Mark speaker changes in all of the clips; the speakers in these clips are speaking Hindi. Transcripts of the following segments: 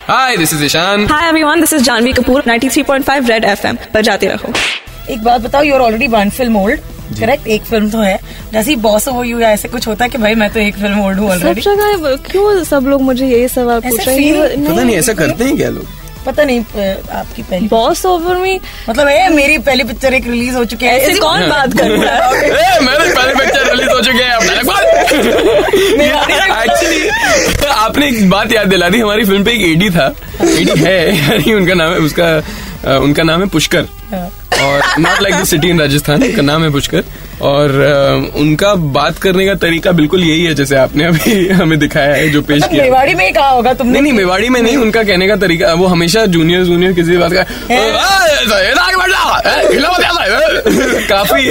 Speaker 1: Hi, this is Ishan.
Speaker 2: Hi everyone, this is Janvi Kapoor, 93.5 Red FM पर जाते रहो
Speaker 3: एक बात बताओ you are already one film old correct एक फिल्म तो है जैसे ही बॉस हो यू या ऐसे कुछ होता है कि भाई मैं तो एक फिल्म ओल्ड हूँ
Speaker 2: सब
Speaker 3: ऑलरेडी
Speaker 2: जगह है, क्यों सब लोग मुझे यही सवाल
Speaker 3: ऐसे
Speaker 2: पूछ रहे
Speaker 3: feel-
Speaker 2: हैं
Speaker 1: पता नहीं ऐसा करते हैं क्या लोग
Speaker 3: पता नहीं अ, आपकी पहली
Speaker 2: बॉस ओवर में
Speaker 3: मतलब ए, मेरी पहली पिक्चर एक रिलीज हो चुकी है
Speaker 2: ऐसे कौन बात कर रहा है
Speaker 1: ए, मैंने पहले पिक्चर रिलीज हो चुके हैं एक्चुअली आपने एक बात याद दिला दी हमारी फिल्म पे एक एडी था एडी है यानी उनका नाम है उसका अ, उनका नाम है पुष्कर
Speaker 3: हाँ।
Speaker 1: और not like the city in Rajasthan उनका नाम है पुष्कर और अ, उनका बात करने का तरीका बिल्कुल यही है जैसे आपने अभी हमें दिखाया है जो पेश
Speaker 3: मतलब
Speaker 1: किया
Speaker 3: मेवाड़ी में ही कहा होगा तुमने
Speaker 1: नहीं नहीं मेवाड़ी में नहीं उनका कहने का तरीका वो हमेशा जूनियर जूनियर किसी बात का "ए, ए, आगे बढ़ जा, ए, हिला मत यार, ए।" काफी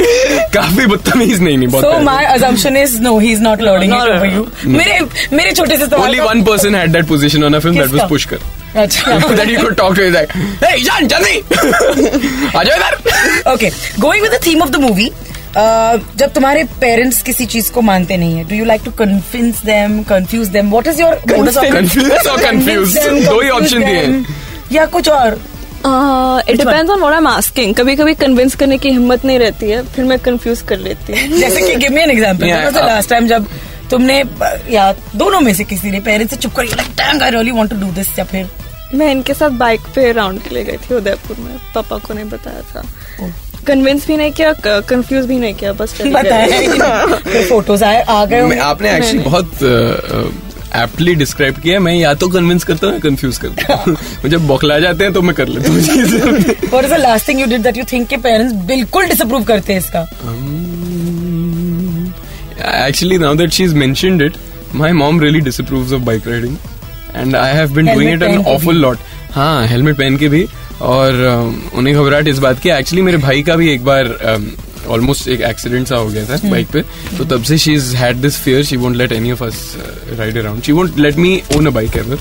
Speaker 1: काफी बदतमीज नहीं नहीं
Speaker 3: सो माय
Speaker 1: बहुत
Speaker 3: assumption is no he is not loading
Speaker 2: No,
Speaker 3: it
Speaker 2: no,
Speaker 3: over
Speaker 2: no.
Speaker 3: you मेरे मेरे छोटे से सवाल
Speaker 1: ओनली
Speaker 3: का-
Speaker 1: one person had that position on a film that was
Speaker 3: किसका?
Speaker 1: पुष्कर
Speaker 3: अच्छा
Speaker 1: that you could talk to his like hey Ishaan जल्दी आ जाओ इधर
Speaker 3: okay going with the theme of the movie uh, जब तुम्हारे पेरेंट्स किसी चीज को मानते नहीं है do you like to convince them confuse them what is your
Speaker 1: Convince or confuse? दो ही option दिए हैं।
Speaker 3: या कुछ और
Speaker 2: it depends on what I am asking कभी कभी कन्विंस करने की हिम्मत नहीं रहती है फिर मैं कंफ्यूज कर लेती हूँ
Speaker 3: जैसे कि give me an example
Speaker 1: Yeah,
Speaker 3: the
Speaker 1: uh,
Speaker 3: last time जब तुमने uh, या दोनों में से किसी ने पेरेंट्स से चुप कर like dang I really want to do this या फिर
Speaker 2: मैं इनके साथ बाइक पे राउंड के लिए गई थी उदयपुर में पापा को नहीं बताया था कन्विंस भी नहीं किया कंफ्यूज भी नहीं किया बस चली गई।
Speaker 3: बताया फोटोज आए आ गए
Speaker 1: मैं-
Speaker 3: होंगे।
Speaker 1: आपने एक्चुअली बहुत एप्टली डिस्क्राइब किया है, मैं या तो कन्विंस करता हूँ या कंफ्यूज करता हूँ मुझे बौखला जाते हैं तो मैं कर लेता हूँ चीज़ें।
Speaker 3: What is the last thing you did that you think के पेरेंट्स बिल्कुल डिसअप्रूव करते हैं इसका
Speaker 1: Um, Actually, now that she's mentioned it, my mom really disapproves of bike riding, and I have been doing it
Speaker 3: Helmet
Speaker 1: an
Speaker 3: पहन के
Speaker 1: awful lot. हाँ हेलमेट पहन के भी और अम, उन्हें घबराहट इस बात की एक्चुअली मेरे भाई का भी एक बार ऑलमोस्ट एक एक्सीडेंट सा हो गया था बाइक पे तो तब से she is had this fear she won't let any of us ride around she won't let me own a bike ever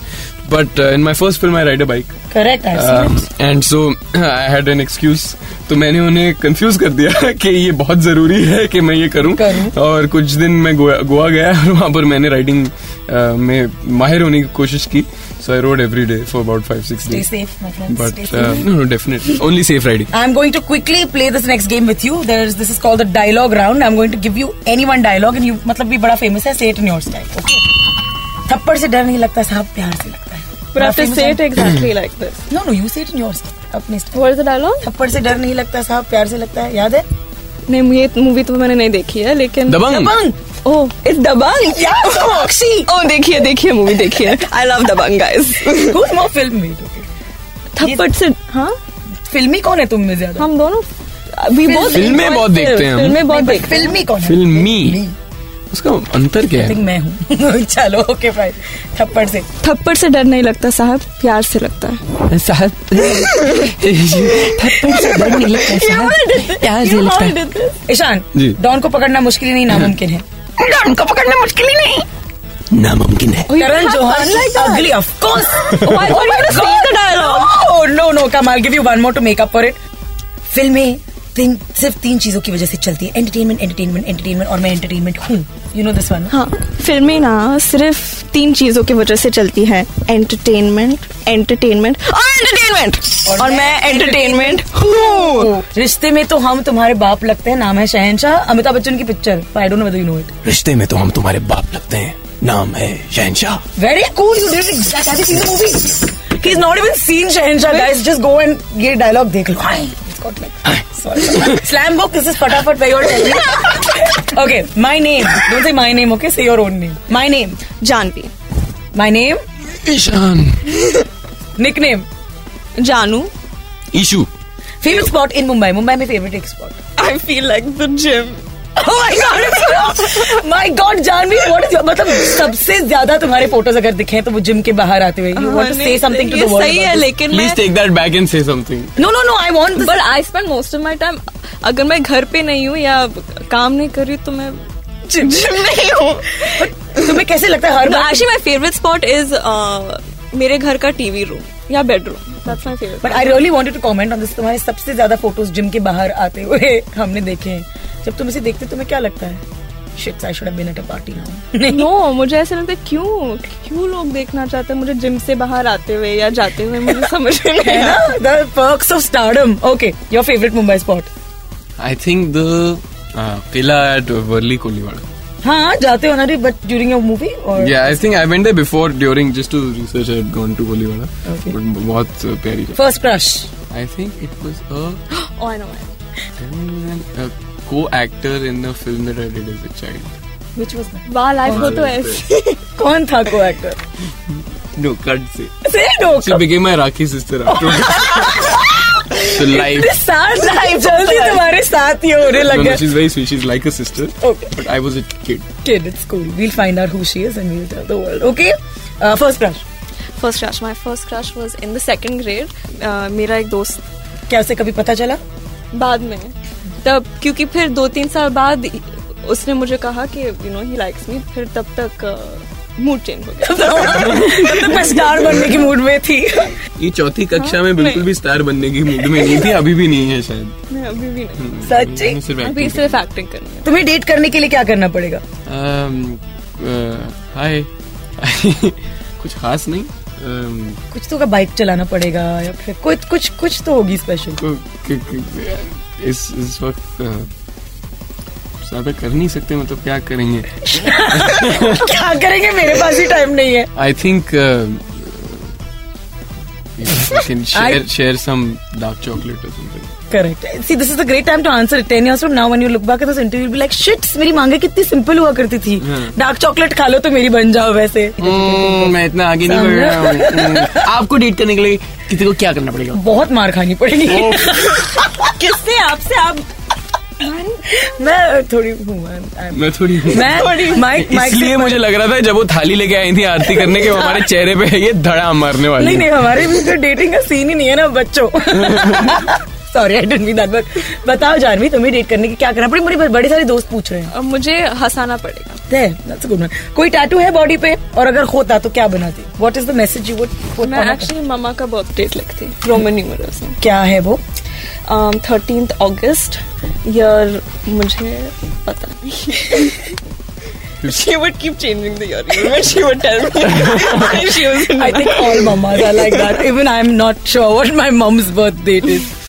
Speaker 1: but in my first film I ride a bike
Speaker 3: correct
Speaker 1: Um, and so I had an excuse तो मैंने उन्हें कंफ्यूज कर दिया कि ये बहुत जरूरी है कि मैं ये करूं
Speaker 3: करूं।
Speaker 1: और कुछ दिन मैं गोवा गोवा गया और वहां पर मैंने राइडिंग में माहिर होने की कोशिश की so I rode every day for about five six
Speaker 3: Stay
Speaker 1: days
Speaker 3: safe, my friends. Stay
Speaker 1: but
Speaker 3: safe.
Speaker 1: No definitely only safe riding
Speaker 3: I'm going to quickly play this next game with you. There's this is called the dialogue round. I'm going to give you any one dialogue and you मतलब भी बड़ा famous है. Say it in your style. Okay. थप्पड़ से डर नहीं लगता साहब प्यार से लगता है.
Speaker 2: But I
Speaker 3: बड़ा
Speaker 4: तो
Speaker 2: have to
Speaker 3: famous
Speaker 2: say
Speaker 3: है.
Speaker 2: it exactly like this.
Speaker 3: No no you say it in your style. अपने style.
Speaker 2: What is the dialogue?
Speaker 3: थप्पड़ से डर नहीं लगता साहब प्यार से लगता है. याद है?
Speaker 2: नहीं ये मूवी तो मैंने नहीं देखी है लेकिन
Speaker 1: Dabangg
Speaker 3: Hmm. Dabangg.
Speaker 2: Oh it's Dabangg
Speaker 3: Yeah, Somakshi.
Speaker 2: Oh Oh, देखिए देखिए मूवी देखिए I love Dabangg guys
Speaker 3: Who's more film made? Okay.
Speaker 2: थप्पड़ से हाँ
Speaker 3: फिल्मी कौन है तुम में ज्यादा?
Speaker 2: हम दोनों we both
Speaker 1: फिल्में
Speaker 2: enjoy
Speaker 1: बहुत देखते हैं हम।
Speaker 2: फिल्में बहुत
Speaker 3: नहीं, but
Speaker 2: देखते हैं
Speaker 3: फिल्मी कौन है?
Speaker 1: फिल्मी उसका अंतर क्या
Speaker 3: I
Speaker 1: है
Speaker 3: think मैं हूँ. चलो ओके फाइन. थप्पड़ से.
Speaker 2: थप्पड़ से डर नहीं लगता साहब प्यार से लगता है
Speaker 4: साहब थप्पड़ से डर नहीं लगता साहब प्यार से लगता है
Speaker 3: ईशान.
Speaker 1: जी।
Speaker 3: डॉन को पकड़ना मुश्किल ही नहीं नामुमकिन है.
Speaker 4: नामुमकिन है
Speaker 2: तो
Speaker 3: Karan Johar is ugly, of course.
Speaker 2: Why would you say the dialogue?
Speaker 3: Oh no no, come I'll give you one more to make up for it. फिल्में तीन सिर्फ तीन चीजों की वजह से चलती है एंटरटेनमेंट एंटरटेनमेंट एंटरटेनमेंट और मैं एंटरटेनमेंट हूँ यू नो दिस वन
Speaker 2: हाँ फिल्में ना सिर्फ तीन चीजों की वजह से चलती है एंटरटेनमेंट एंटरटेनमेंट और एंटरटेनमेंट और मैं एंटरटेनमेंट हूँ
Speaker 3: रिश्ते में तो हम तुम्हारे बाप लगते हैं नाम है शहनशाह अमिताभ बच्चन की picture I don't know you know it
Speaker 4: रिश्ते में तो हम तुम्हारे बाप लगते हैं नाम है Shahenshah
Speaker 3: very cool you did exactly see the movie he is not even seen Shahenshah guys just go and ये डायलॉग देख लो hi slam book this is फटाफट way your telling okay my name don't say my name okay say your own name my name
Speaker 2: Janvi
Speaker 3: my name
Speaker 1: Ishaan
Speaker 3: nickname
Speaker 2: Janu
Speaker 1: Ishu
Speaker 3: favourite spot in Mumbai Mumbai में फेवरेट एक Oh spot
Speaker 2: I feel like the gym
Speaker 3: my god my god Janvi what is मतलब सबसे ज्यादा तुम्हारे फोटोज अगर दिखे तो वो जिम के बाहर आते हुए you want to say something to the world
Speaker 2: हाँ, सही है लेकिन
Speaker 1: please take that back and say something
Speaker 3: no no no I want
Speaker 2: but I spend most of my time अगर मैं घर पे नहीं हूँ या काम नहीं कर रही हूँ, तो मैं जिम नहीं हूँ
Speaker 3: तुम्हें कैसे लगता है हर बार
Speaker 2: actually my favourite spot is uh, मेरे घर का टीवी रूम या bedroom that's my favourite
Speaker 3: but I really wanted to comment on this तुम्हारे सबसे ज्यादा फोटोज जिम के बाहर आते हुए हमने देखे हैं जब तुम इसे देखते हो, तुम्हें क्या लगता है shits, I should have been at a party now. नहीं
Speaker 2: नो मुझे ऐसा लगता है क्यों क्यों लोग देखना चाहते हैं मुझे जिम से बाहर आते हुए या जाते हुए मुझे समझ में नहीं
Speaker 3: है
Speaker 2: आ रहा।
Speaker 3: ना the perks of stardom. Okay, your favorite Mumbai spot?
Speaker 1: I think the kila at Worli Koliwada
Speaker 3: हाँ जाते हो ना रे but during your movie or
Speaker 1: Yeah, I think I went there before, during, just to research. I had gone to Kolivada.
Speaker 3: Okay.
Speaker 1: But बहुत uh, प्यारी जगह.
Speaker 3: first crush?
Speaker 1: I think it was a,
Speaker 2: Oh, I know.
Speaker 1: a co-actor in a film that I did as a child.
Speaker 3: Which was that?
Speaker 2: वाह लाइफ हो तो ऐसी
Speaker 3: कौन था को एक्टर
Speaker 1: No, cut say.
Speaker 3: से no
Speaker 1: She became my Rakhi sister after. so life.
Speaker 3: साथ लाइफ जल्दी तुम्हारे साथ ही हो रहे
Speaker 1: No,
Speaker 3: लग
Speaker 1: no,
Speaker 3: गया
Speaker 1: she's very sweet. She's like a sister.
Speaker 3: Okay.
Speaker 1: But I was a kid.
Speaker 3: kid. It's cool. We'll find out who she is and we'll tell the world. Okay? Uh, first crush.
Speaker 2: First crush my first crush was in the second grade Uh, मेरा एक दोस्त
Speaker 3: क्या उसे कभी पता चला
Speaker 2: बाद में तब क्योंकि फिर दो तीन साल बाद उसने मुझे कहा कि you know he likes me फिर तब तक मूड चेंज हो गया
Speaker 3: तो मैं स्टार बनने की मूड में थी
Speaker 1: ये चौथी कक्षा में बिल्कुल भी स्टार बनने की मूड में नहीं थी अभी भी नहीं है शायद
Speaker 2: मैं अभी भी नहीं
Speaker 3: सच्ची
Speaker 1: Hmm, मैं सिर्फ
Speaker 2: अभी
Speaker 1: acting
Speaker 2: सिर्फ एक्टिंग करनी है
Speaker 3: तुम्हें डेट करने के लिए क्या करना पड़ेगा
Speaker 1: Um, uh, hi. कुछ खास नहीं um,
Speaker 3: कुछ तो का बाइक चलाना पड़ेगा या फिर कुछ कुछ कुछ तो होगी स्पेशल
Speaker 1: को- क- क- इस इस वक्त uh, ज्यादा कर नहीं सकते मतलब क्या करेंगे
Speaker 3: क्या करेंगे मेरे पास ही टाइम नहीं है
Speaker 1: I think can share share some dark chocolate और something
Speaker 3: correct see this is a great time to answer ten years from now when you look back at this interview be like shits मेरी मांगे कितनी सिंपल हुआ करती थी डार्क चॉकलेट खा लो तो मेरी बन जाओ वैसे Hmm,
Speaker 1: मैं इतना आगे नहीं बढ़ रहा हूँ Hmm. आपको डेट करने के लिए किसी को क्या करना पड़ेगा
Speaker 3: बहुत मार खानी पड़ेगी किससे आपसे आप मैं थोड़ी हूँ I'm-
Speaker 1: मैं थोड़ी
Speaker 3: मैं थोड़ी माइक माइक
Speaker 1: इसलिए मुझे लग रहा था जब वो थाली लेके आई थी आरती करने के वो हमारे चेहरे पे ये धड़ा मारने वाली
Speaker 3: नहीं
Speaker 1: है।
Speaker 3: नहीं हमारे बीच में डेटिंग का सीन ही नहीं है ना बच्चों sorry I didn't mean that but बताओ जानवी तुम्हें डेट करने की क्या करना पड़े मेरे बड़े सारे दोस्त पूछ रहे हैं
Speaker 2: अब मुझे हंसाना पड़ेगा
Speaker 3: There, that's a good one. कोई टैटू है बॉडी पे और अगर होता तो क्या बनाती what is the message you would
Speaker 2: मैं एक्चुअली मम्मा का बर्थडे लिखती रोमन न्यूमरल्स में Um,
Speaker 3: क्या है वो
Speaker 2: थर्टीन अगस्त ईयर मुझे पता नहीं She would keep changing the year even when she would tell me. she was in
Speaker 3: I think all mummas are like Even I'm not sure what my mom's birth date is.